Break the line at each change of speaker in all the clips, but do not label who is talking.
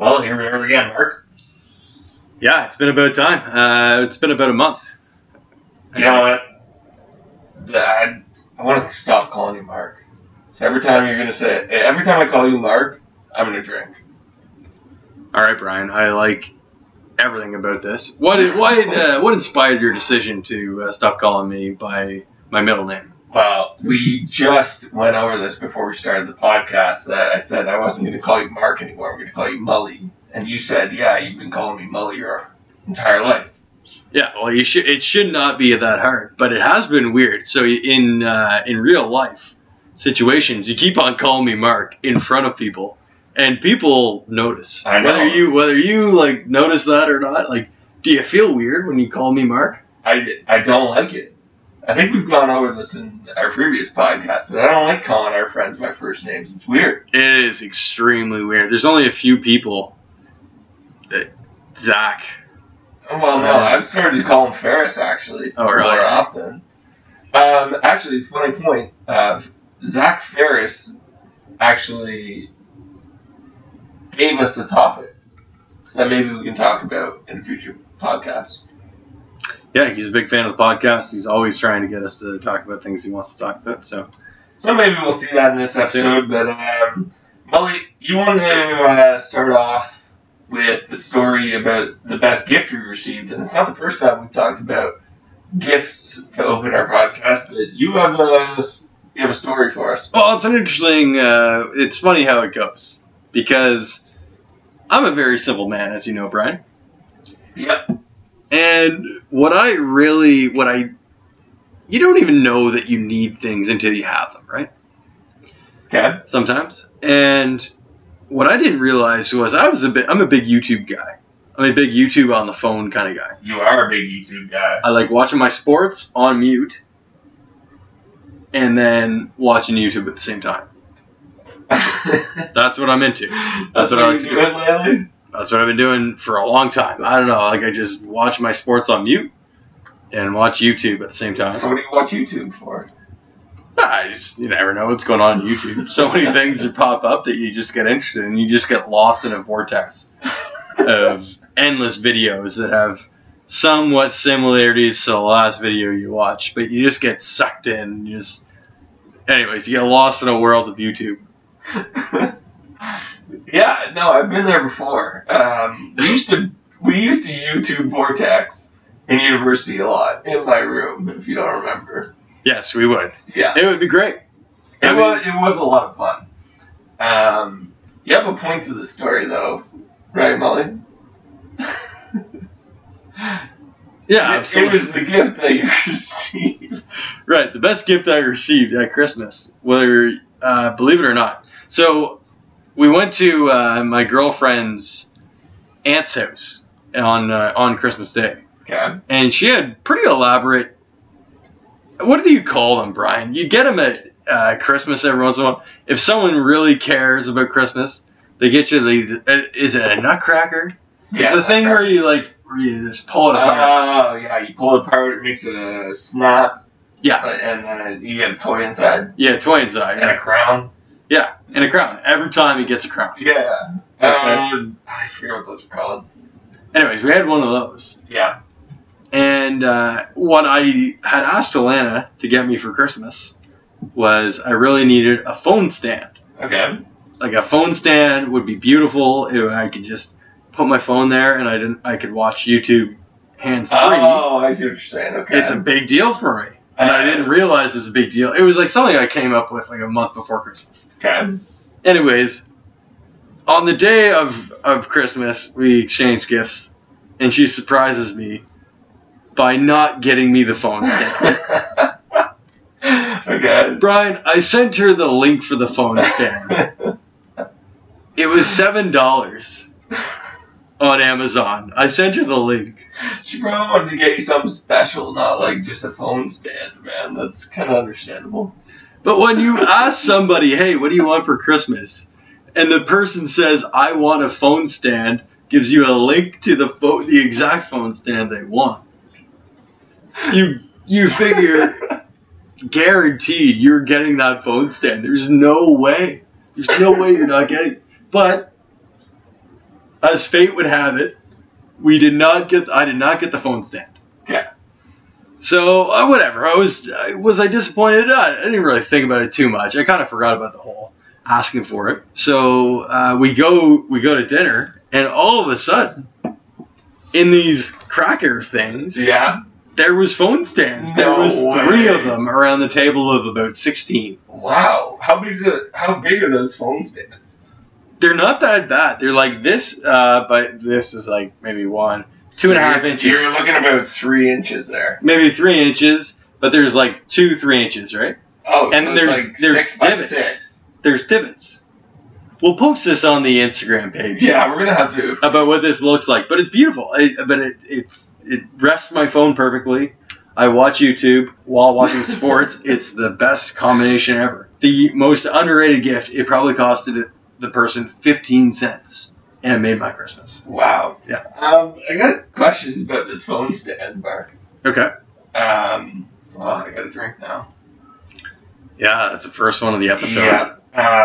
Well, here we are again, Mark.
Yeah, it's been about time. Uh, it's been about a month. Uh,
You know what? I, I want to stop calling you Mark. So every time you're going to say, every time I call you Mark, I'm going to drink.
All right, Brian. I like everything about this. What what uh, what inspired your decision to uh, stop calling me by my middle name?
Well, we just went over this before we started the podcast that I said I wasn't going to call you Mark anymore. I'm going to call you Mully. And you said, yeah, you've been calling me Mully your entire life.
Yeah, well, you should. It should not be that hard, but it has been weird. So in uh, in real life situations, you keep on calling me Mark in front of people, and people notice.
I know.
Whether you whether you like notice that or not, like, do you feel weird when you call me Mark?
I, I don't like it. I think we've gone over this in our previous podcast, but I don't like calling our friends by first names. It's weird.
It is extremely weird. There's only a few people. That, Zach.
Well, no, I've started to call him Ferris actually
Oh, really?
more often. Um, actually, funny point. Uh, Zach Ferris actually gave us a topic that maybe we can talk about in future podcasts.
Yeah, he's a big fan of the podcast. He's always trying to get us to talk about things he wants to talk about. So
So maybe we'll see that in this episode. But um, Molly, you wanted to uh, start off with the story about the best gift we received, and it's not the first time we've talked about gifts to open our podcast. But you have a you have a story for us.
Well, it's an interesting. Uh, it's funny how it goes because I'm a very simple man, as you know, Brian.
Yep.
And what I really, what I, you don't even know that you need things until you have them, right?
Okay.
Sometimes. And what I didn't realize was I was a bit. I'm a big YouTube guy. I'm a big YouTube on the phone kind of guy.
You are a big YouTube guy.
I like watching my sports on mute, and then watching YouTube at the same time.
That's,
That's what I'm into.
what,
what I like
you're
to do.
doing lately.
That's what I've been doing for a long time. I don't know. Like I just watch my sports on mute and watch YouTube at the same time.
So what do you watch YouTube for?
I just you never know what's going on on YouTube. So many things that pop up that you just get interested in. You just get lost in a vortex of endless videos that have somewhat similarities to the last video you watched, but you just get sucked in. You just, anyways, you get lost in a world of YouTube.
yeah, no, I've been there before. Um, we used to we used to YouTube Vortex in university a lot in my room, if you don't remember.
Yes, we would.
Yeah,
It would be great.
it
I mean-
was it was a lot of fun. Um, you have a point to the story though, right, Molly?
Yeah,
It-
absolutely.
It was the gift that you received.
Right, the best gift I received at Christmas, whether uh, believe it or not. So we went to uh, my girlfriend's aunt's house on uh, on Christmas Day,
Okay.
and she had pretty elaborate. What do you call them, Brian? You get them at uh, Christmas every once in a while. If someone really cares about Christmas, they get you the. Uh, is it a nutcracker? it's the thing where you like where you just pull it apart.
Oh yeah, you pull it apart, it makes a snap,
yeah,
and then it, you get a toy inside
yeah, twins. I
and a crown.
yeah, and a crown. Every time he gets a crown.
Yeah. Um, I forget what those are called.
Anyways, we had one of those.
Yeah.
And uh, what I had asked Alana to get me for Christmas was I really needed a phone stand.
Okay.
Like a phone stand would be beautiful. It, I could just put my phone there and I didn't. I could watch YouTube hands free.
Oh, I see what you're saying. Okay.
It's a big deal for me, and I didn't realize it was a big deal. It was like something I came up with like a month before Christmas.
Okay.
Anyways, on the day of, of Christmas, we exchange gifts, and she surprises me by not getting me the phone stand.
okay.
Brian, I sent her the link for the phone stand. It was seven dollars on Amazon. I sent her the link.
she probably wanted to get you something special, not like just a phone stand, man. That's kind of understandable.
But when you ask somebody, hey, what do you want for Christmas? And the person says, I want a phone stand, gives you a link to the phone the exact phone stand they want. You you figure guaranteed you're getting that phone stand. There's no way. There's no way you're not getting. But as fate would have it, we did not get. I did not get the phone stand.
Yeah.
So uh, whatever. I was I, was I disappointed? Uh, I didn't really think about it too much. I kind of forgot about the whole asking for it. So uh, we go we go to dinner, and all of a sudden, in these cracker things,
Yeah.
there was phone stands. there
No
was
way.
three of them around the table of about sixteen.
Wow. How big is it? How big are those phone stands?
They're not that bad. They're like this, uh, but this is like maybe one, two and a half
You're-
inches.
You're looking about three inches there.
maybe three inches, but there's like two, three inches, right?
Oh,
And
so it's
there's-
like
there's
six by
divots.
six.
There's divots. We'll post this on the Instagram page
Yeah, we're gonna have to.
about what this looks like, but it's beautiful. It, but it, it it rests my phone perfectly. I watch YouTube while watching sports. it's the best combination ever. The most underrated gift. It probably costed the person fifteen cents, and it made my Christmas.
Wow.
Yeah.
Um, I got questions about this phone stand, Mark.
Okay.
Um, oh, I got a drink now.
Yeah, that's the first one of the episode.
Yeah.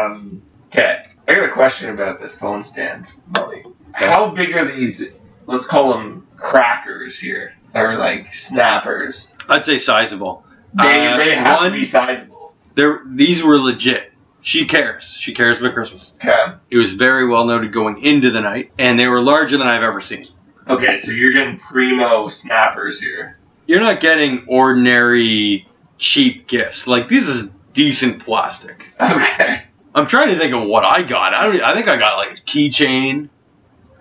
Um, okay. I got a question about this phone stand, Molly. How big are these? Let's call them crackers here, or like snappers.
I'd say sizable.
They
Uh,
they have
one-
to be sizable.
There, these were legit. She cares. She cares about Christmas.
Okay.
It was very well noted going into the night, and they were larger than I've ever seen.
Okay, so you're getting primo snappers here.
You're not getting ordinary cheap gifts. Like this is decent plastic.
Okay.
I'm trying to think of what I got. I don't. I think I got like a keychain.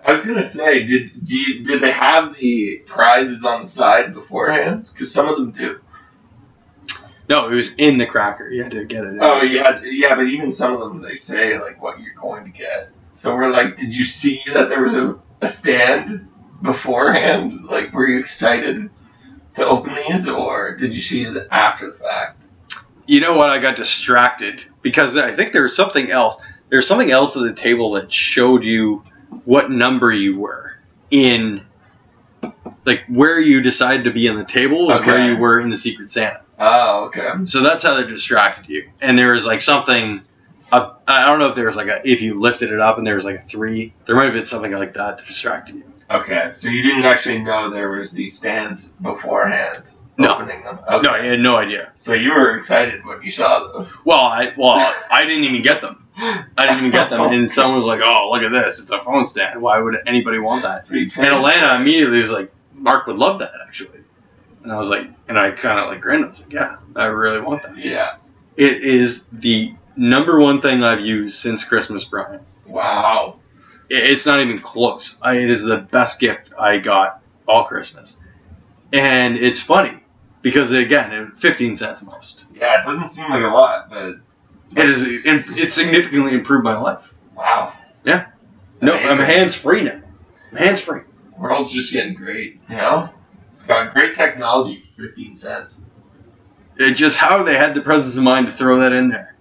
I was gonna say, did do you, did they have the prizes on the side beforehand? Because some of them do.
No, it was in the cracker. You had to get it. in.
Oh yeah, yeah, but even some of them they say like what you're going to get. So we're like, did you see that there was a, a stand beforehand? Like, were you excited to open these, or did you see it after the fact?
You know what? I got distracted because I think there was something else. There's something else at the table that showed you what number you were in, like where you decided to be on the table was where
Okay.
you were in the Secret Santa.
Oh, okay.
So that's how they distracted you. And there was like something. Uh, I don't know if there was like a if you lifted it up and there was like a three. There might have been something like that that distracted you.
Okay, so you didn't actually know there was these stands beforehand
No.
opening them. Okay.
No, I had no idea.
So you were excited when you saw those.
Well, I well I didn't even get them. I didn't even get them. And someone was like, "Oh, look at this! It's a phone stand. Why would anybody want that?"
So you
And
turned-
Alana immediately was like, Mark would love that actually. And I was like, and I kind of like grinned. I was like, yeah, I really want that.
Yeah.
It is the number one thing I've used since Christmas, Brian.
Wow.
It- It's not even close. I, it is the best gift I got all Christmas. And it's funny because, again, it- 15 cents most.
Yeah, it doesn't seem like a lot, but
It is, it, it significantly improved my life.
wow.
Yeah. No, I'm
Amazing.
hands free now. I'm hands free.
World's just getting great, you know? It's got great technology for 15 cents.
It just how they had the presence of mind to throw that in there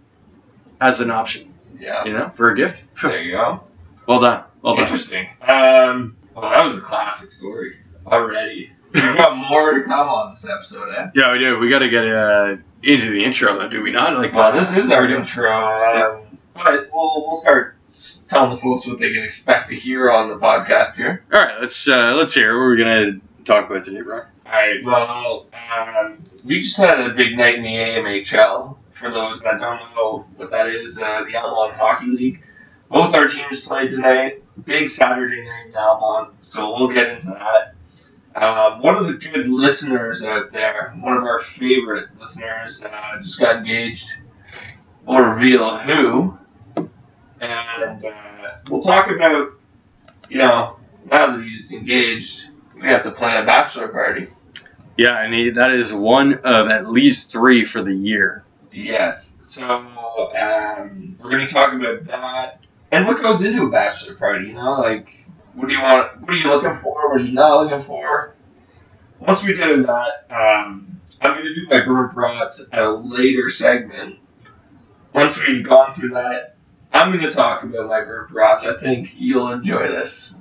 as an option.
Yeah.
you know, for a gift.
There you go.
Well done. Well done.
Interesting. Um, well, that was a classic story already. We've got more to come on this episode, eh?
Yeah, we do. We got to get uh, into the intro, though, do we not? Like,
Well, uh, this is our intro, um, but we'll, we'll start s- telling the folks what they can expect to hear on the podcast here.
All right, let's uh, let's hear what we're gonna talk about today, bro.
Alright, well, um, we just had a big night in the AMHL. For those that don't know what that is, uh, the Almont Hockey League. Both our teams played tonight. Big Saturday night in Almont, so we'll get into that. Um, one of the good listeners out there, one of our favorite listeners, uh, just got engaged. We'll reveal who. And uh, we'll talk about, you know, now that he's engaged, we have to plan a bachelor party.
Yeah, and he, that is one of at least three for the year.
Yes. So um, we're going to talk about that and what goes into a bachelor party. You know, like what do you want? What are you looking for? What are you not looking for? Once we do that, um, I'm going to do my bird brats at a later segment. Once we've gone through that, I'm going to talk about my bird brats. I think you'll enjoy this,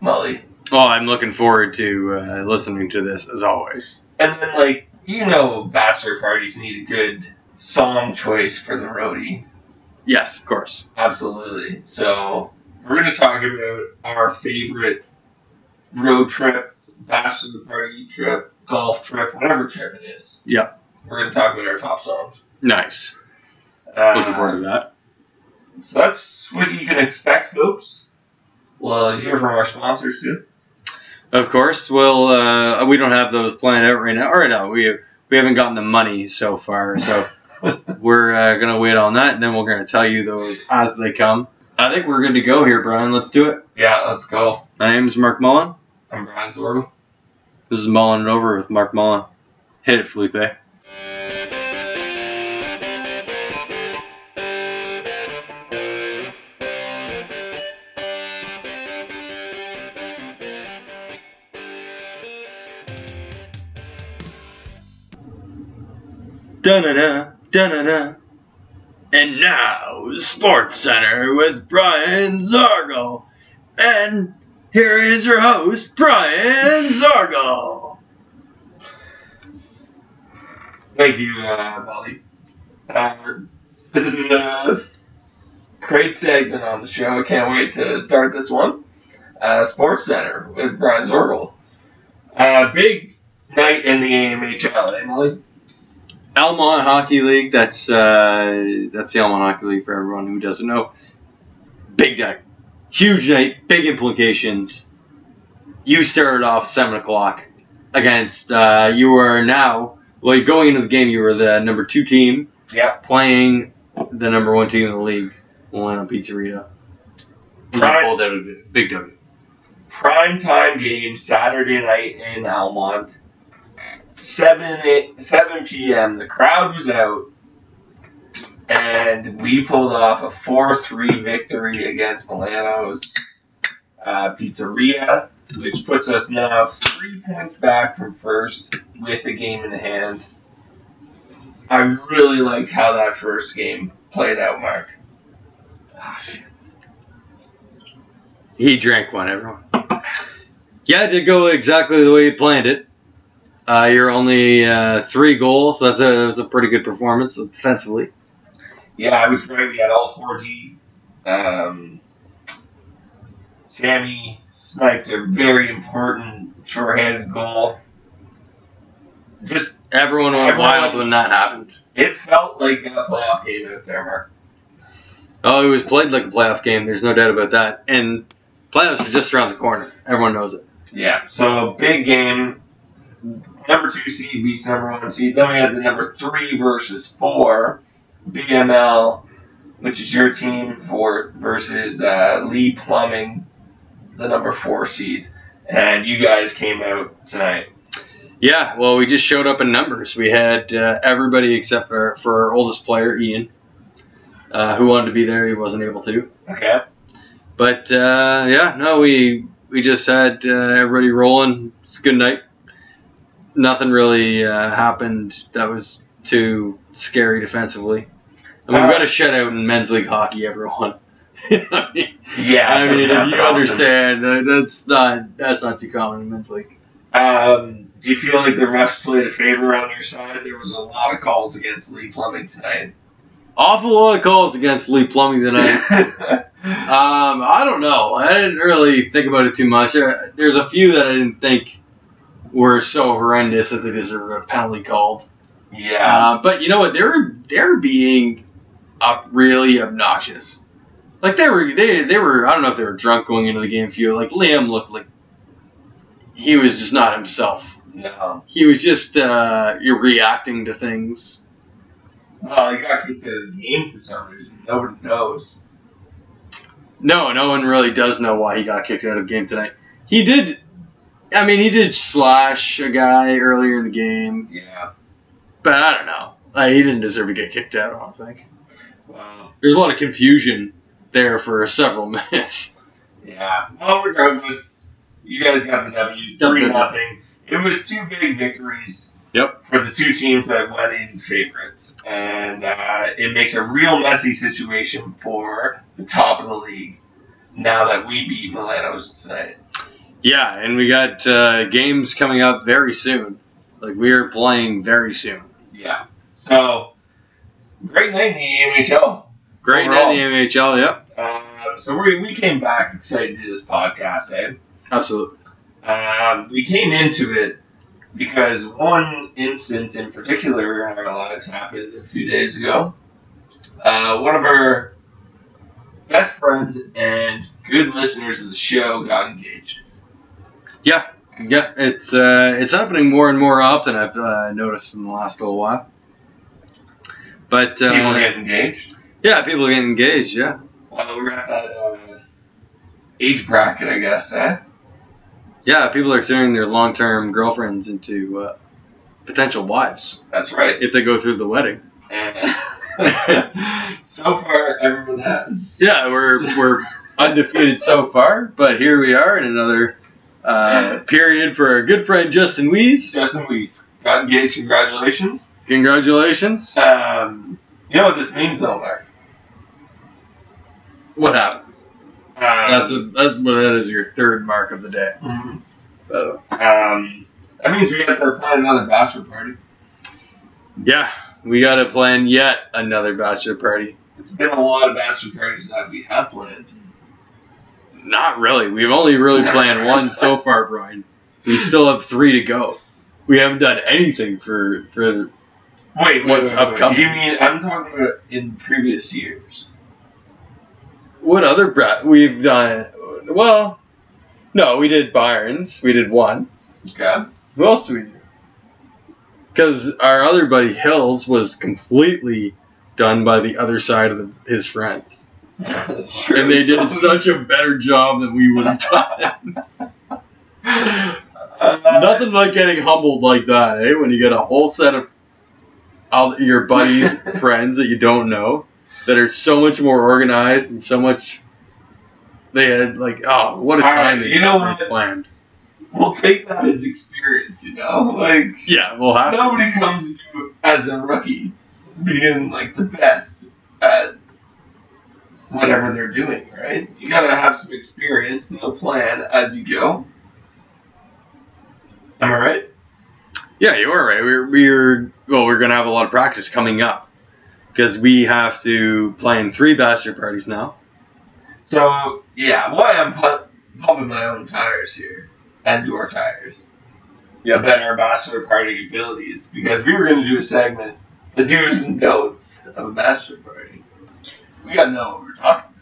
Molly.
Oh, I'm looking forward to uh, listening to this as always.
And then, like, you know, bachelor parties need a good song choice for the roadie.
Yes, of course.
Absolutely. So we're going to talk about our favorite road trip, bachelor party trip, golf trip, whatever trip it is.
Yep.
We're going to talk about our top songs.
Nice.
Uh,
Looking forward to that.
So that's what you can expect, folks. We'll hear from our sponsors too.
Of course, well, uh, we don't have those planned out right now. Or no, we we haven't gotten the money so far, so we're uh, gonna wait on that, and then we're gonna tell you those as they come. I think we're good to go here, Brian. Let's do it.
Yeah, let's go.
My name is Mark Mullen.
I'm Brian Zorba.
This is Mullen It Over with Mark Mullen. Hit it, Felipe. Da-na-na, da-na-na. And now, Sports Center with Brian Zargo. And here is your host, Brian Zargo.
Thank you, uh, Molly. Uh, this is a great segment on the show. I can't wait to start this one. Uh, Sports Center with Brian Zorgel. Uh, big night in the AMHL, eh, Molly?
Elmont Hockey League. That's uh, that's the Elmont Hockey League for everyone who doesn't know. Big night, huge night, big implications. You started off seven o'clock against. Uh, you are now well going into the game. You were the number two team
Yep.
playing the number one team in the league, Milano Pizzeria. And you
Right.
pulled out a b- big W.
Prime time game Saturday night in Almont. 7, a- 7 p.m. The crowd was out. And we pulled off a 4 3 victory against Milano's uh, Pizzeria, which puts us now three points back from first with a game in hand. I really liked how that first game played out, Mark. Ah, shit.
He drank one, everyone. Yeah, it did go exactly the way you planned it. Uh, you're only uh, three goals, so that's a, that's a pretty good performance defensively.
Yeah, it was great. We had all four D. Um, Sammy sniped a very important shorthanded goal. Just
Everyone went
Everyone-
wild when that happened.
it felt like a playoff game out there, Mark.
Oh, it was played like a playoff game. There's no doubt about that. And playoffs are just around the corner. Everyone knows it.
Yeah. So big game. Number two seed beats number one seed. Then we had the number three versus four, BML, which is your team for versus uh, Lee Plumbing, the number four seed, and you guys came out tonight.
Yeah, well, we just showed up in numbers. We had uh, everybody except for, for our oldest player, Ian, uh, who wanted to be there. He wasn't able to.
Okay.
But uh, yeah, no, we we just had uh, everybody rolling. It's a good night. Nothing really uh, happened that was too scary defensively. I mean,
Uh,
we've got a shutout in men's league hockey, everyone. I mean,
Yeah. it doesn't
if
happen
you
often.
understand, uh, that's not that's not too common in men's league.
Um, do you feel like the refs played a favor on your side? There was a lot of calls against Lee Plumbing tonight.
Awful lot of calls against Lee Plumbing tonight. Um, I don't know. I didn't really think about it too much. There- There's a few that I didn't think were so horrendous that they deserve a penalty called.
yeah.
Uh, but you know what? They're they're being up really obnoxious. Like they were they they were I don't know if they were drunk going into the game for you. Like Liam looked like he was just not himself.
no.
He was just uh, you're reacting to things.
Well, you got kicked out of the game for some reason. Nobody knows.
No, no one really does know why he got kicked out of the game tonight. He did. I mean, he did slash a guy earlier in the game,
Yeah.
but I don't know. Like, he didn't deserve to get kicked out. I don't think.
Well.
There's a lot of confusion there for several minutes.
Yeah. Well, regardless, you guys got the W.
Something.
Three nothing. It was two big victories.
Yep.
For the two teams that went in favorites, and uh, it makes a real messy situation for the top of the league. Now that we beat Milano's tonight.
Yeah, and we got uh, games coming up very soon. Like we are playing very soon.
Yeah. So great night in the AMHL.
Great night in the NHL. Yep.
Um, Um, so we, we came back excited to do this podcast, eh?
Absolutely.
Um, we came into it because one instance in particular in our lives happened a few days ago. Uh, one of our best friends and good listeners of the show got engaged.
Yeah, it's uh, it's happening more and more often. I've uh, noticed in the last little while. But uh,
People get engaged.
yeah, people get engaged. Yeah,
Well, we're at that uh, age bracket, I guess, eh?
yeah, people are turning their long-term girlfriends into uh, potential wives
That's right.
if they go through the wedding.
And so far, everyone has.
Yeah, we're we're undefeated so far, but here we are in another uh, period for our good friend Justin Wees.
Justin Weeks got engaged. Congratulations.
Congratulations!
Um, you know what this means, though, Mark.
What happened?
Um,
That's a, that's what that is. Your third mark of the day.
mhm.
So,
Um, that means we have to plan another bachelor party.
yeah, we got to plan yet another bachelor party.
It's been a lot of bachelor parties that we have planned.
Not really. We've only really planned one so far, Brian. We still have three to go. We haven't done anything for for.
Wait, wait,
What's
wait, wait,
upcoming?
You mean I'm talking about in previous years?
What other bra- we've done? Well, no, we did Byron's. We did one.
Okay.
Who else do we do? Because our other buddy Hills was completely done by the other side of the, his friends,
That's true.
and they did
So-
such a better job than we would have done.
Uh,
Nothing like getting humbled like that, eh? When you get a whole set of all your buddies, friends that you don't know, that are so much more organized and so much. They had like, oh, what a
All right,
time they,
you know
they
what?
planned.
We'll take that as experience, you know? Like,
Yeah, we'll have to.
nobody comes to you as a rookie being, like, the best at whatever they're doing, right? You gotta have some experience and a plan as you go. Am I right?
Yeah, you are right. We're, we're well, we're gonna have a lot of practice coming up because we have to plan three bachelor parties now.
So, yeah, why I'm pu- pumping my own tires here and your tires
Yeah.
about our bachelor party abilities because we were going to do a segment, the do's and don'ts of a bachelor party. We got to know what we're talking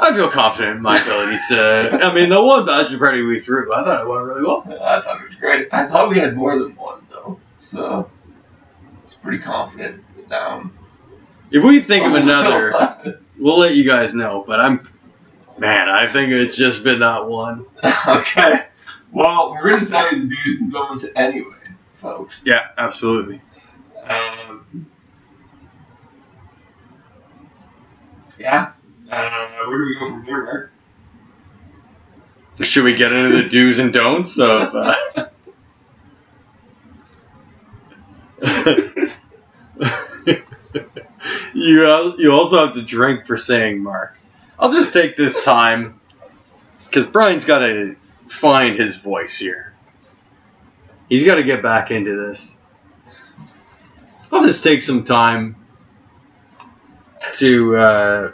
I feel confident in my abilities to. I mean, the one bachelor party we threw, I thought it went really well.
about. I thought it was great. I thought we had more than one, though. So, it's pretty confident now.
If we think of another,
okay.
we'll let you guys know. But I'm, man, I think it's just been that one.
Well, we're going to tell you the do's and don'ts anyway, folks.
Yeah, absolutely.
Um, yeah. Uh, where do we go from here, Mark?
Should we get into the do's and don'ts of? Uh... you al- you also have to drink for saying Mark. I'll just take this time because Brian's got to find his voice here. He's got to get back into this. I'll just take some time to uh,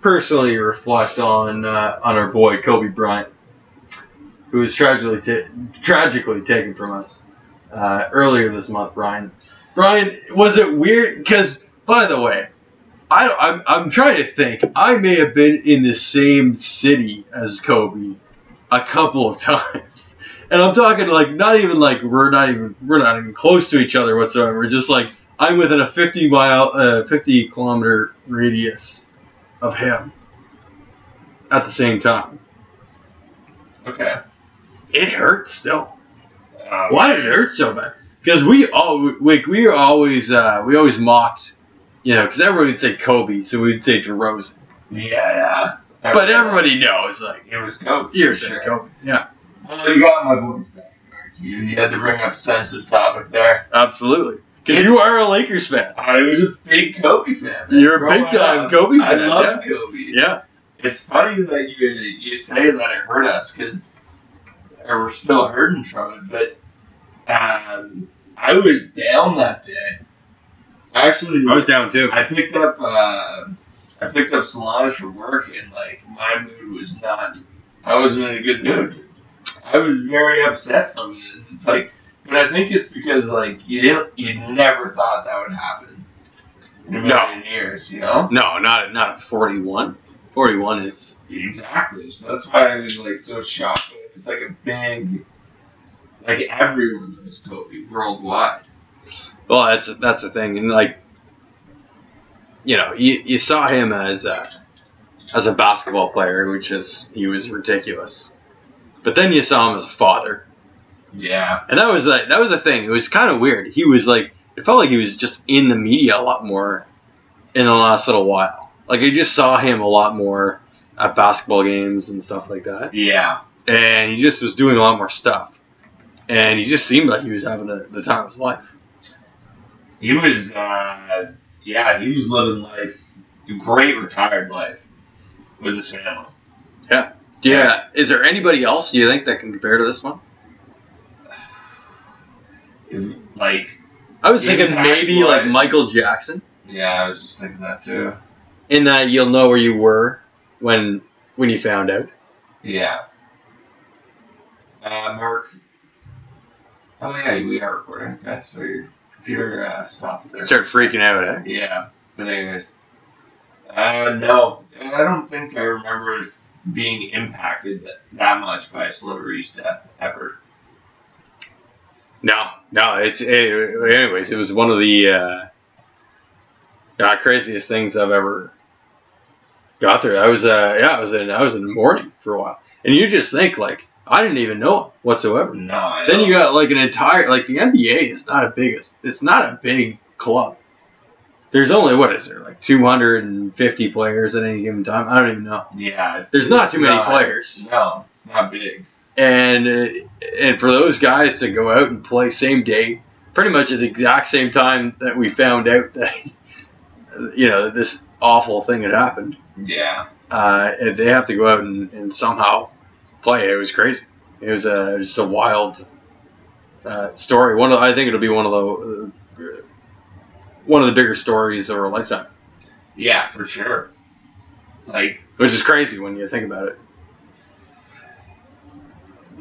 personally reflect on uh, on our boy Kobe Bryant, who was tragically ta- tragically taken from us uh, earlier this month. Brian, Brian, was it weird? Because by the way, I I'm, I'm trying to think. I may have been in the same city as Kobe a couple of times. And I'm talking like not even like we're not even we're not even close to each other whatsoever. Just like I'm within a 50 mile uh, 50 kilometer radius of him at the same time.
Okay.
It hurts still.
Um,
Why did it hurt so bad? Because we all we, we were always uh, we always mocked, you know, because everybody would say Kobe, so we'd say DeRozan.
Yeah.
But everybody knows like
It was Kobe. for
you're
sure.
saying Kobe. Yeah,
Well, you got my voice back. Mark. You, you had to bring up a sensitive topic there.
absolutely. Because you are a Lakers fan.
I was a big Kobe fan. man.
You're a
Growing
big time
up,
Kobe
I
fan.
loved Kobe.
yeah. yeah,
It's funny that you you say that it hurt us because we're still hurting from it. But um, I was down that day. Actually,
I was down too.
I picked up uh, I picked up Solange from work, and like my mood was not. I wasn't in a good mood. I was very upset from it. It's like, but I think it's because like you didn't, you never thought that would happen in a
No.
million years, you know?
No, not not at 41. 41 is
Exactly. So that's why I was like so shocked. It's like a big, like everyone knows Kobe worldwide.
well. That's that's the thing, and like you know, you, you saw him as a, as a basketball player, which is he was ridiculous. But then you saw him as a father,
Yeah.
and that was like that was the thing. It was kind of weird. He was like it felt like he was just in the media a lot more in the last little while. Like I just saw him a lot more at basketball games and stuff like that.
Yeah.
and he just was doing a lot more stuff. And he just seemed like he was having the, the time of his life.
He was. uh Yeah, he was living life, a great retired life, with his family.
Yeah. Is there anybody else you think that can compare to this one?
If, like,
I was
Even
thinking maybe like
act-wise.
Michael Jackson,
yeah, I was just thinking that too.
in that you'll know where you were when when you found out.
Yeah. Uh, Mark. Oh yeah, we are recording. Okay, so your computer uh, stopped there.
Start freaking out, eh?
Yeah, but anyways. Uh, no, I don't think I remember being impacted that, that much by Slivery's death ever.
No, no. It's it, anyways. It was one of the uh, uh, craziest things I've ever got through. I was uh, yeah, I was in I was in mourning for a while, and you just think like I didn't even know him whatsoever.
No, I
Then you
don't.
got like an entire like the NBA is not a biggest. It's not a big club. There's only what is there like 250 players at any given time. I don't even know.
yeah, it's,
There's not
it's
too many players,
No, it's not big.
and uh, and for those guys to go out and play same day, pretty much at the exact same time that we found out that you know this awful thing had happened,
Yeah,
uh, and they have to go out and, and somehow play. It was crazy. It was a, just a wild uh, story. One of I think it'll be one of the uh, one of the bigger stories of our lifetime,
yeah, for sure. Like,
which is crazy when you think about it.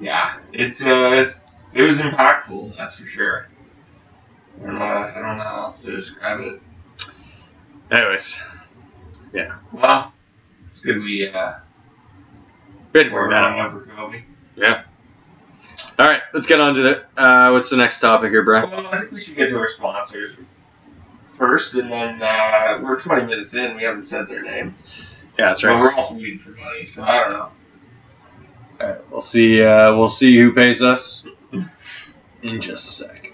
yeah, it's uh, it's, it was impactful. That's for sure. I don't know. I don't know how else to describe it.
Anyways,
Well, it's good we uh,
good.
we're on over Kobe.
All right, let's get on to the uh, what's the next topic here, Brian?
Well, I think we should get to our sponsors first, and then uh, we're 20 minutes in. We haven't said their name.
Yeah, that's
But we're also needing for money, so I don't know.
All right, we'll see. Uh, we'll see who pays us in just a sec.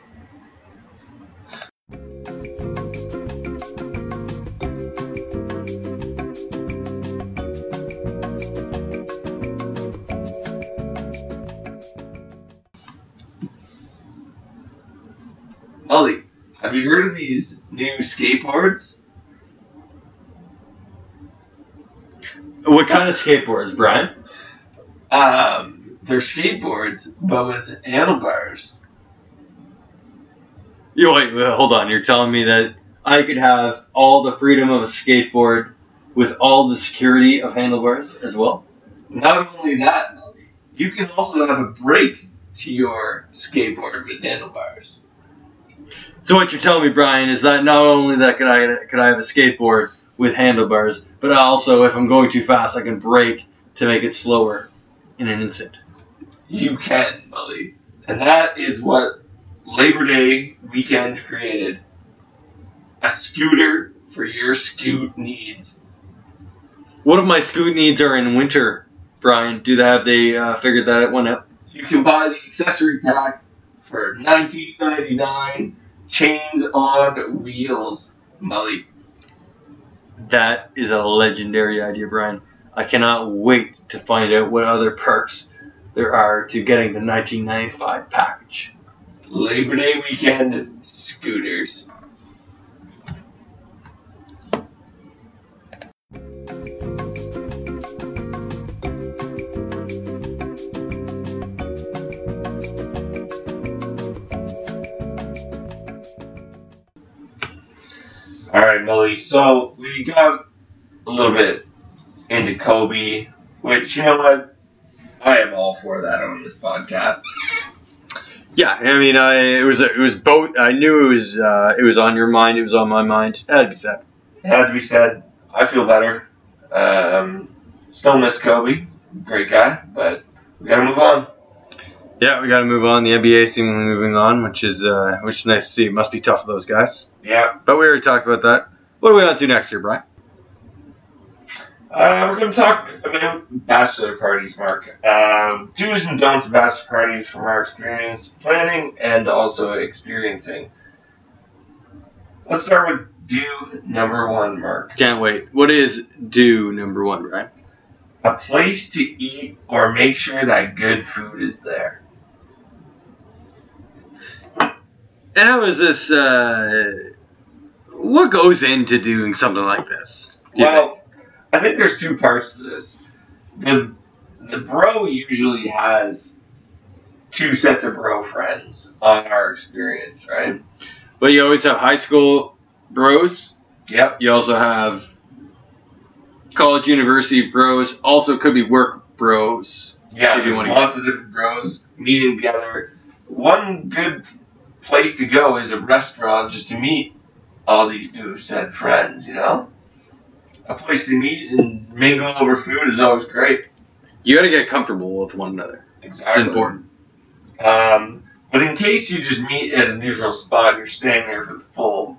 Molly, have you heard of these new skateboards?
What kind of skateboards, Brian?
Um, they're skateboards, but with handlebars.
You wait, wait, hold on. You're telling me that I could have all the freedom of a skateboard with all the security of handlebars as well?
Not only that, Molly, you can also have a brake to your skateboard with handlebars.
So what you're telling me, Brian, is that not only that could I could I have a skateboard with handlebars, but also if I'm going too fast, I can brake to make it slower in an instant.
You can, Molly. And that is what Labor Day weekend created. A scooter for your scoot needs.
What if my scoot needs are in winter, Brian? Do they have they uh, figured that one out?
You can buy the accessory pack for nineteen ninety nine. Chains on wheels, Molly.
That is a legendary idea, Brian. I cannot wait to find out what other perks there are to getting the 1995 package.
Labor Day weekend scooters. All right, Millie. So we got a little bit into Kobe, which you know what, I am all for that on this podcast.
Yeah, I mean, I it was it was both. I knew it was uh, it was on your mind. It was on my mind. That'd be sad.
It had to be said. I feel better. Um, still miss Kobe, great guy, but we gotta move on.
Yeah, we got to move on. The NBA seemingly moving on, which is uh, which is nice to see. It must be tough for those guys.
Yeah,
But we already talked about that. What are we on to next year, Brian?
uh, we're gonna talk about bachelor parties, Mark. Um, do's and don'ts of bachelor parties from our experience planning and also experiencing. Let's start with do number one, Mark.
Can't wait. What is do number one, Brian?
A place to eat or make sure that good food is there.
And how is this? Uh, what goes into doing something like this? do you think?
Well, I think there's two parts to this. The the bro usually has two sets of bro friends on our experience, right?
but you always have high school bros.
Yep.
You also have college, university bros. Also, could be work bros.
Yeah,
If you
there's
wanna-
lots of different bros meeting together. One good place to go is a restaurant just to meet all these new said friends, you know? A place to meet and mingle over food is always great.
You got to get comfortable with one another. It's
Exactly.
important.
Um, but in case you just meet at a neutral spot, you're staying there for the full,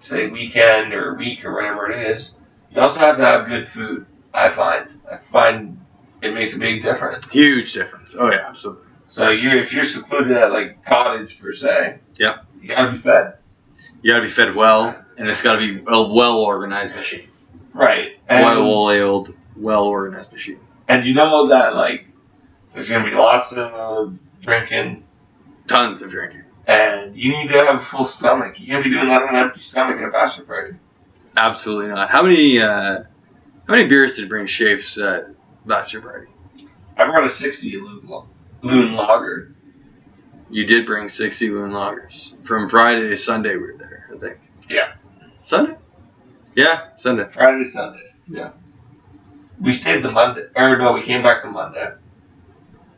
say, weekend or week or whatever it is, you also have to have good food, I find. I find it makes a big difference.
Huge difference. Oh yeah, absolutely.
So you, if you're secluded at, like, cottage, per se,
Yep.
you gotta be fed.
You got to be fed well, and it's got to be a well organized machine.
Right. And,
Well oiled, well organized machine.
and you know that, like, there's gonna be lots of drinking,
Tons of drinking.
and you need to have a full stomach. You can't be doing that on an empty stomach at a bachelor party.
Absolutely not. How many uh, how many beers did bring Shafe's uh, bachelor party?
I brought a 60 Blue, Lo- Blue and Lager.
You did bring sixty Loon Lagers from Friday to Sunday. We were there, I think.
Yeah.
Sunday. Yeah, Sunday.
Friday, Sunday. Yeah. We stayed the Monday, or no, we came back the Monday.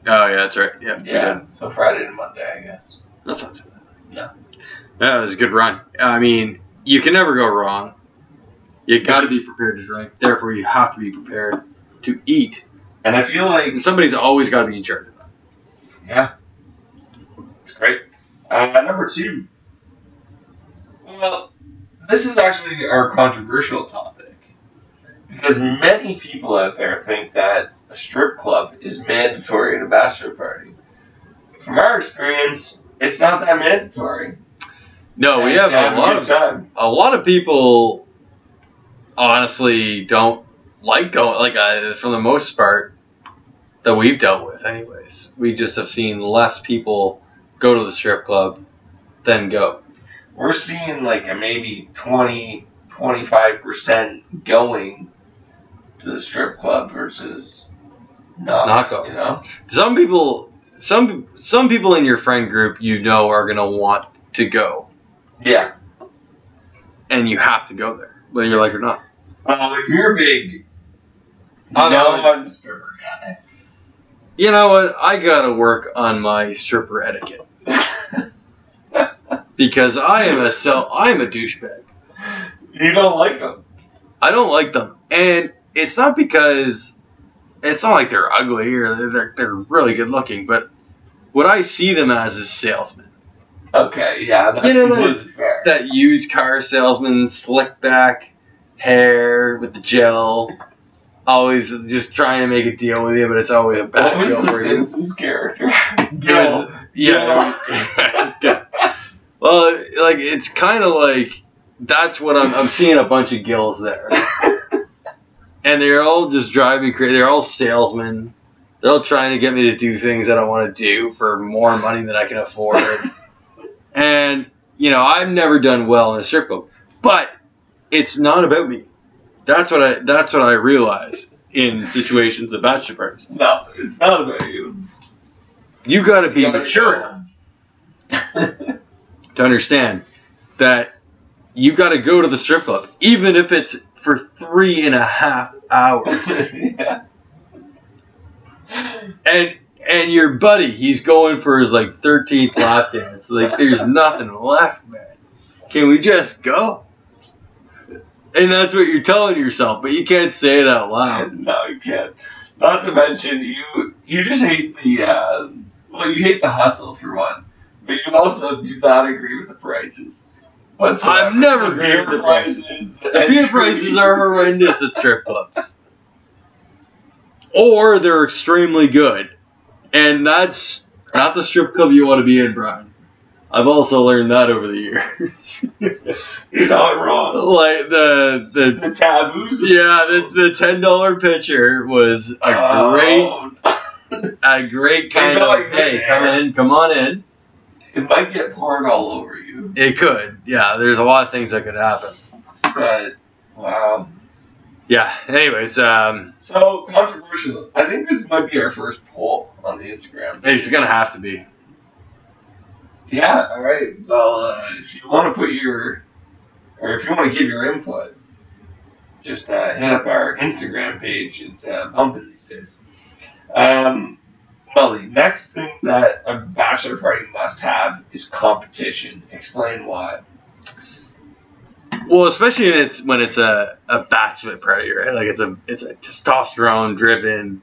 Oh yeah, that's right. Yeah. we did.
Yeah. So Friday to Monday, I guess.
That's not too bad.
No.
That was a good run. I mean, you can never go wrong. You got to be prepared to drink. Therefore, you have to be prepared to eat.
And I feel like
And somebody's always got to be in charge of that.
yeah, it's great. Uh, number two. Well, this is actually our controversial topic because many people out there think that a strip club is mandatory at a bachelor party. From our experience, it's not that mandatory.
No, Oh, we
And
have
to
a lot
good
of
time.
a lot of people. Honestly, don't like going. Like uh, for the most part, that we've dealt with, anyways. We just have seen less people go to the strip club than go.
we're seeing like a maybe 20 25% going to the strip club versus not,
Not going.
you know
some people some some people in your friend group you know are going to want to go
yeah
and you have to go there whether you like it or not
well if you're a big
Oh,
no
no,
one stripper guy
you know what i gotta work on my stripper etiquette because i am a so i'm a douchebag
you don't like them
i don't like them and it's not because it's not like they're ugly or they're, they're really good looking but what i see them as is salesmen
okay yeah that's
You know what?
completely fair
that used car salesman, slick back, hair with the gel, always just trying to make a deal with you, but it's always a bad
what was
deal
the
for you.
Simpsons character?
It
Gil.
was- yeah. well, like it's kind of like that's what I'm. I'm seeing a bunch of gills there, and they're all just driving crazy. They're all salesmen. They're all trying to get me to do things I don't want to do for more money than I can afford. and you know, I've never done well in a strip club, but it's not about me. That's what I. That's what I realized in situations of bachelor parties.
no, it's not about you.
You got to be
You gotta
mature
go.
enough to understand that you got to go to the strip club, even if it's for three and a half hours.
yeah.
And and your buddy, he's going for his like thirteenth lap dance. Like there's nothing left, man. Can we just go? And that's what you're telling yourself, but you can't say it out loud.
No, you can't. Not to mention you you just hate the uh, well you hate the hustle for one, but you also do not agree with the prices. Whatsoever.
I've never agreed with the
prices.
The beer
entry-
prices are horrendous at strip clubs. Or they're extremely good. And that's not the strip club you want to be in, Brian. I've also learned that over the years.
You're not wrong.
like the the
The taboos.
yeah, the, the ten dollar pitcher was a great
Oh,
a great kind
They know
of
you're
hey,
there."
come in, come on in.
it might get poured all over you,
It could. Yeah, there's a lot of things that could happen.
but wow.
Yeah. Anyways, um
So controversial. I think this might be our first poll on the Instagram.
it's gonna have to be.
Yeah. All right. Well, uh, if you want to put your, or if you want to give your input, just uh, hit up our Instagram page. It's uh, bumping these days. Um, Molly, next thing that a bachelor party must have is competition. Explain why.
Well, especially when it's when it's a, a bachelor party, right? Like it's a it's a testosterone driven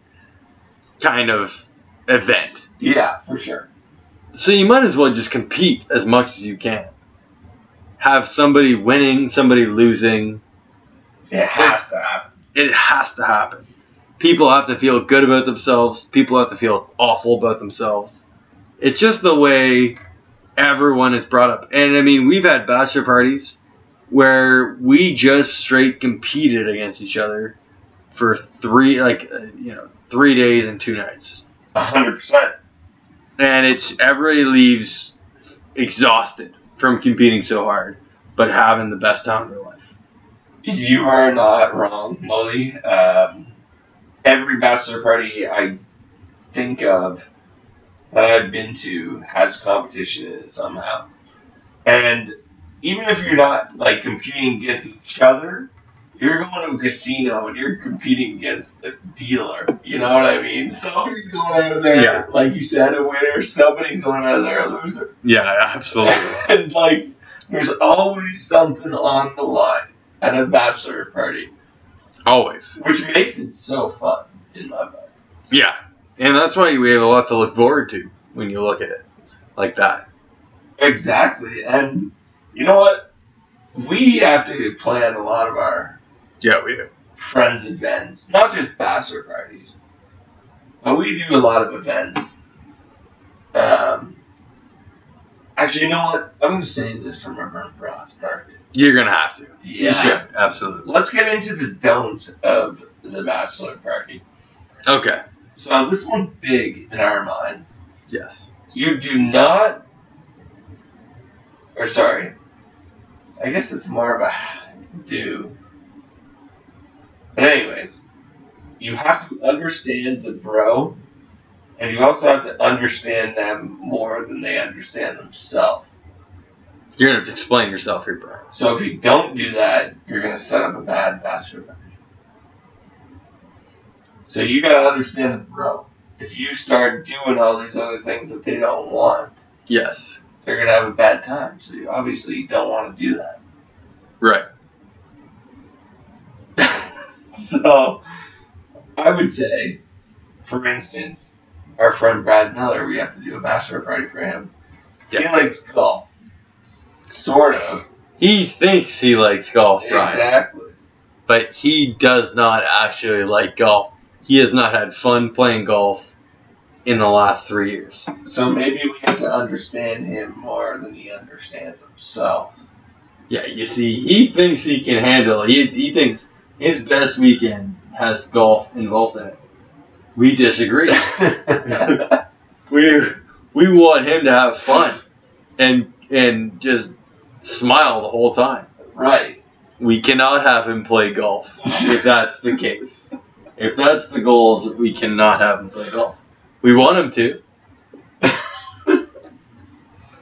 kind of event.
Yeah, for sure.
So you might as well just compete as much as you can. Have somebody winning, somebody losing.
It has to happen.
It has to happen. People have to feel good about themselves. People have to feel awful about themselves. It's just the way everyone is brought up. And I mean, we've had bachelor parties where we just straight competed against each other for three, like, uh, you know, three days and two nights.
A hundred percent.
and it's everybody leaves exhausted from competing so hard, but having the best time of their life.
You are not wrong, Molly. Um, every bachelor party I think of that I've been to has competition in it somehow. And even if you're not like competing against each other, you're going to a casino and you're competing against the dealer. You know what I mean? Somebody's going out of there,
Yeah.
like you said, a winner. Somebody's going out of there a loser
Yeah, absolutely.
and like there's always something on the line at a bachelor party,
Always.
which makes it so fun in my mind.
Yeah. And that's why we have a lot to look forward to when you look at it like that.
Exactly, and you know what? We have to plan a lot of our
Yeah, we do.
friends' events, not just bachelor parties, but we do a lot of events. Um, actually, you know what? I'm going to say this from Reverend Broth's Market.
You're going to have to.
Yeah.
Absolutely.
Let's get into the don'ts of the bachelor party.
Okay.
So this one's big in our minds.
Yes.
You do not, or sorry, I guess it's more of a do. But anyways, you have to understand the bro, and you also have to understand them more than they understand themselves.
You're going to have to explain yourself here, bro.
So if you don't do that, you're gonna set up a bad bachelor party. So you gotta understand the bro. If you start doing all these other things that they don't want,
Yes.
they're gonna have a bad time. So you obviously you don't want to do that.
Right.
so I would say, for instance, our friend Brad Miller, we have to do a bachelor party for him.
Yeah.
He likes golf, sort of.
He thinks he likes golf, Brian,
Exactly.
but he does not actually like golf. He has not had fun playing golf in the last three years.
So maybe we have to understand him more than he understands himself.
Yeah, you see, he thinks he can handle it. He, he thinks his best weekend has golf involved in it. We disagree. we we want him to have fun and and just smile the whole time.
right.
We cannot have him play golf if that's the case. If that's the goals, we cannot have him play golf. We want him to.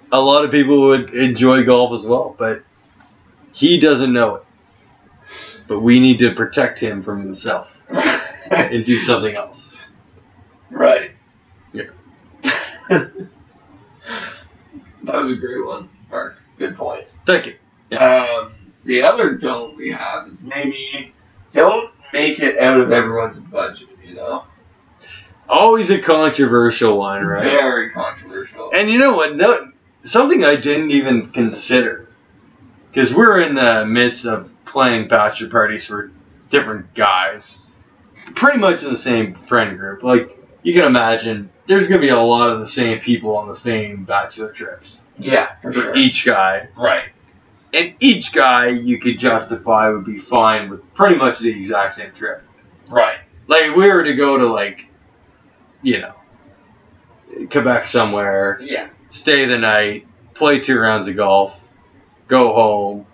A lot of people would enjoy golf as well, but He doesn't know it. But we need to protect him from himself and do something else.
right.
Yeah.
that was a great one, Mark. Good point.
Thank you.
Um, the other don't we have is maybe don't make it out of everyone's budget, you know?
Always a controversial one, right?
Very controversial.
And you know what? No, something I didn't even consider because we're in the midst of playing bachelor parties for different guys, pretty much in the same friend group. Like you can imagine, there's gonna be a lot of the same people on the same bachelor trips
yeah, for
for
sure.
each guy,
Right.
and each guy you could justify would be fine with pretty much the exact same trip.
Right.
Like if we were to go to like, you know, Quebec somewhere
Yeah.
stay the night, play two rounds of golf, go home,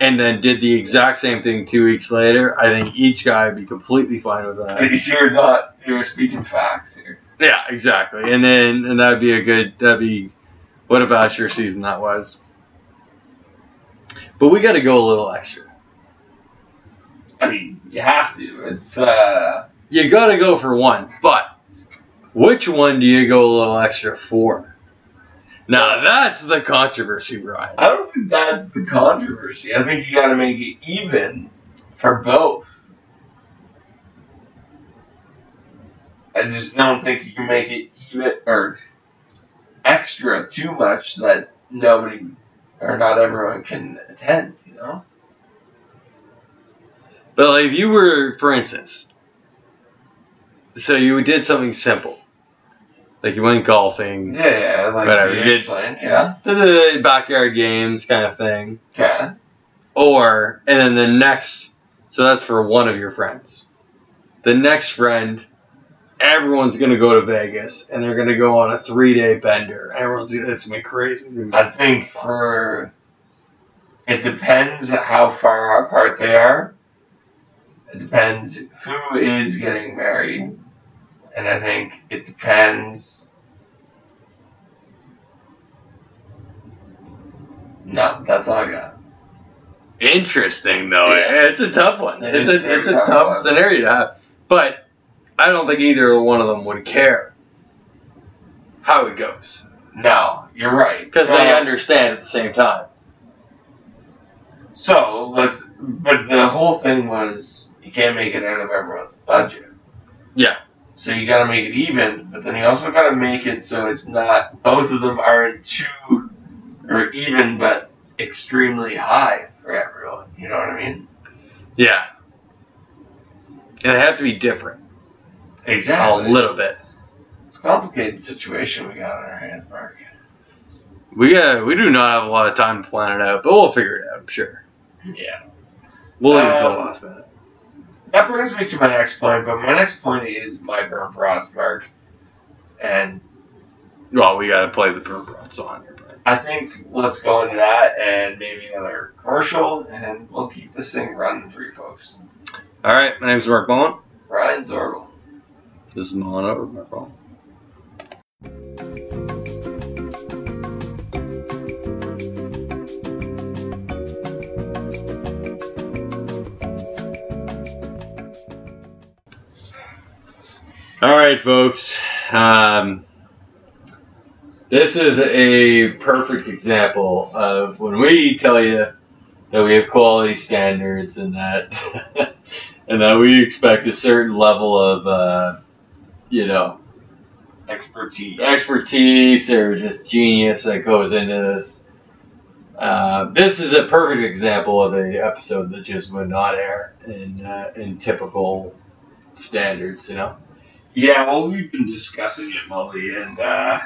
and then did the exact same thing two weeks later, I think each guy would be completely fine with
At
that.
least you're not you're speaking facts here.
yeah, exactly. And then and that'd be a good that'd be what a bachelor season that was. But we gotta go a little extra.
I mean, you have to. It's uh
You gotta go for one, but which one do you go a little extra for? Now that's the controversy, Brian.
I don't think that's the controversy. I think you gotta make it even for both. I just don't think you can make it even or extra too much that nobody or not everyone can attend, you know?
But like, if you were, for instance, so you did something simple, like you went golfing,
Yeah, yeah, like
Whatever,
the
you
ice
did-
plan, yeah.
did the backyard games kind of thing,
Okay.
or and then the next, so that's for one of your friends. The next friend, everyone's gonna go to Vegas and they're gonna go on a three day bender. Everyone's gonna it's gonna be crazy.
I think for it depends how far apart they are. It depends who is getting married, and I think it depends. No, that's all I got.
Interesting though.
Yeah.
It's a tough one.
It is
it's a
a very
it's a
tough
tough,
one.
scenario to have. But I don't think either one of them would care how it goes
No, you're right.
because
So-
they understand at the same time.
so let's. But the whole thing was you can't make it out of everyone's budget.
Yeah.
So you gotta make it even, but then you also gotta make it so it's not both of them aren't too or even but extremely high for everyone. You know what I mean?
Yeah. And they have to be different a little bit.
It's a complicated situation we got on our hands, Mark.
We uh, we do not have a lot of time to plan it out, but we'll figure it out. I'm sure.
Yeah.
We'll leave it till the
Um,
last minute.
That brings me to my next point, but my next point is my burn for odds, Mark. And
Well, we gotta play the Burn Brat song here. but-
I think let's go into that and maybe another commercial and we'll keep this thing running for you folks.
All right, my name's Mark Mullen.
Ryan Zorgel.
This is Mullen over Mark Mullen. All right, folks. Um, this is a perfect example of when we tell you that we have quality standards and that and that we expect a certain level of uh, you know
Expertise.
expertise or just genius that goes into this. Uh, this is a perfect example of a episode that just would not air in uh, in typical standards. You know.
Yeah, well, we've been discussing it, Molly, and uh,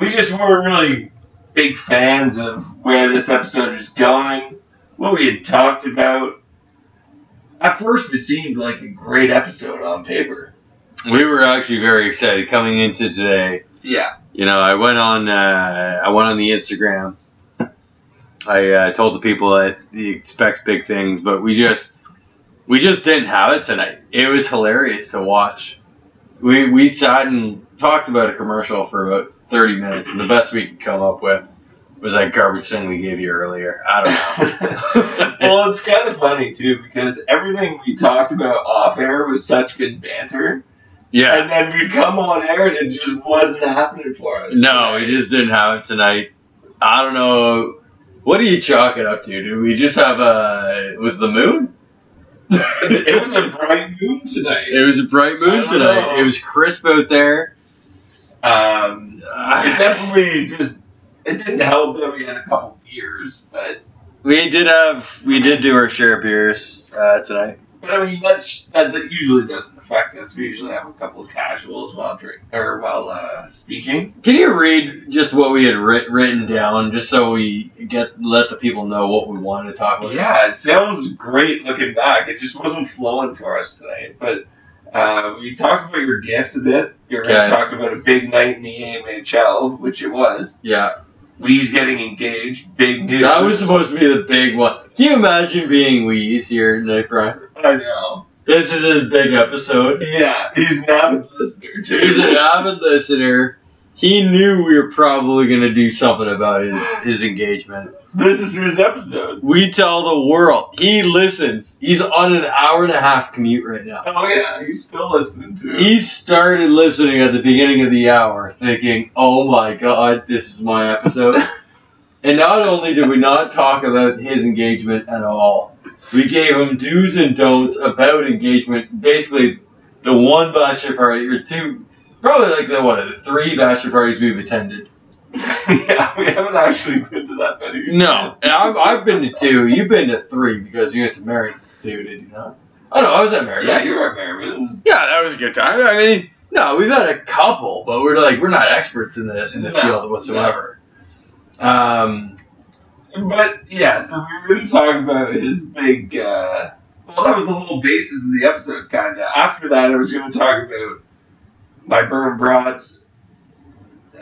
we just weren't really big fans of where this episode is going, what we had talked about. At first, it seemed like a great episode on paper.
We were actually very excited coming into today.
Yeah.
You know, I went on uh, I went on the Instagram. I uh, told the people that you expect big things, but we just we just didn't have it tonight. It was hilarious to watch. We we sat and talked about a commercial for about thirty minutes, and the best we could come up with was that garbage thing we gave you earlier? I don't know.
well, it's kind of funny too because everything we talked about off air was such good banter,
yeah.
and then we'd come on air and it just wasn't happening for us.
No, we just didn't have it tonight. I don't know. What do you chalk it up to? Do we just have a. Was the moon?
it was a bright moon tonight.
It was a bright
I
moon
don't
tonight.
know.
It was crisp out there.
Um,
Ah.
it definitely just it didn't help that we had a couple beers, but
We did have we did do our share of beers uh, tonight.
but I mean that's that, that usually doesn't affect us. We usually have a couple of casuals while drink or while uh, speaking.
Can you read just what we had writ- written down, just so we get let the people know what we wanted to talk about?
Oh, Yeah, it sounds great looking back. It just wasn't flowing for us tonight, but. Uh, we talked about your gift a bit. You're going
Okay.
to talk about a big night in the AMHL, which it was.
Yeah,
Wee's getting engaged. Big news.
that was supposed to be the big one. Can you imagine being Weeze here tonight, Brian?
I know.
This is his big episode.
Yeah, he's not a listener too.
He's an avid listener. He knew we were probably going to do something about his, his engagement.
This is his episode.
We tell the world. He listens. He's on an hour and a half commute right now.
Oh yeah, he's still listening to. it.
He started listening at the beginning of the hour, thinking, "Oh my god, this is my episode." and not only did we not talk about his engagement at all, we gave him do's and don'ts about engagement. Basically, the one bachelor party or two, probably like the one of the three bachelor parties we've attended.
yeah, we haven't actually been to that many.
No, and I've, I've been to two. You've been to three because you went to marry two, did you not? Oh no, I was at married.
Yeah, you are nervous.
Yeah, that was a good time. I mean, no, we've had a couple, but we're like we're not experts in the in the
No,
field whatsoever. Um,
But yeah, so we were going to talk about his big. Uh, well, that was the whole basis of the episode, kind of. After that, I was going to talk about my burn brats.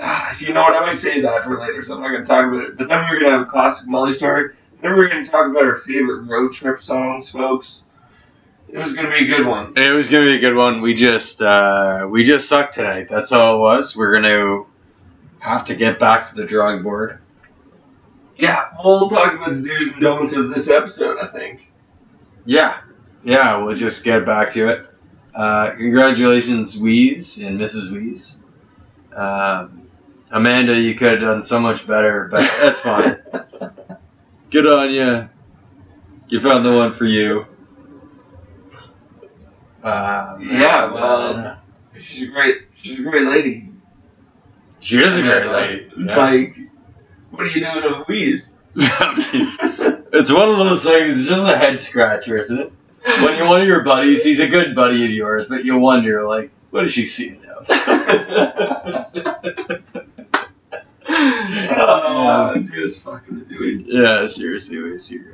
Ah, You know what? I might say that for later, so I'm not going to talk about it. But then we were going to have a classic Molly story. Then we were going to talk about our favorite road trip songs, folks. It was going to be a good one.
it was gonna be a good one. We just uh, we just sucked tonight. That's all it was. We're gonna have to get back to the drawing board.
Yeah, we'll talk about the do's and don'ts of this episode, I think.
Yeah, yeah, we'll just get back to it. Uh, congratulations, Wheeze and Mrs. Wheeze. Um, Amanda, you could have done so much better, but that's fine. Good on you. You found the one for you. Um,
Yeah, well- she's a great she's a great lady.
she is a great lady.
It's
Yeah.
like what are you doing with Louise?
it's one of those things. It's just a head scratcher, isn't it? When you one of your buddies, he's a good buddy of yours, but you wonder, like, what is she seeing now?
oh, just fucking with Louise.
yeah, seriously, wait, seriously.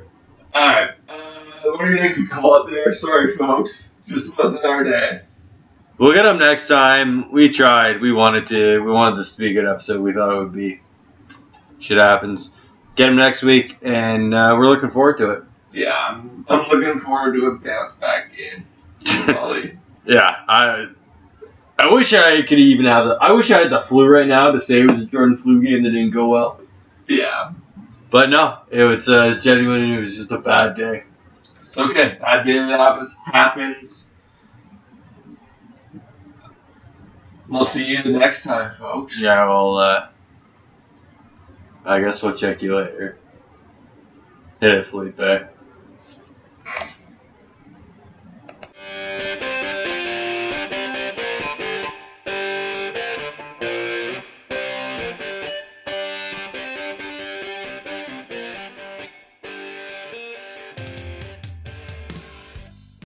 Alright. Uh, what do you think we call it there? Sorry folks. Just wasn't our day.
We'll get them next time. We tried. We wanted to. We wanted this to be a good episode. We thought it would be. Shit happens. Get them next week, and uh, we're looking forward to
Yeah, I'm, I'm looking forward to a bounce back game.
it.
Molly.
yeah, I. I wish I could even have the. I wish I had the flu right now to say it was a Jordan flu game that didn't go well.
Yeah.
But no, it was uh, genuine. It was just a bad day.
It's okay. Bad day in the office happens. We'll see you the next time, folks.
Yeah, well, uh, I guess we'll check you later. Hit it, Felipe.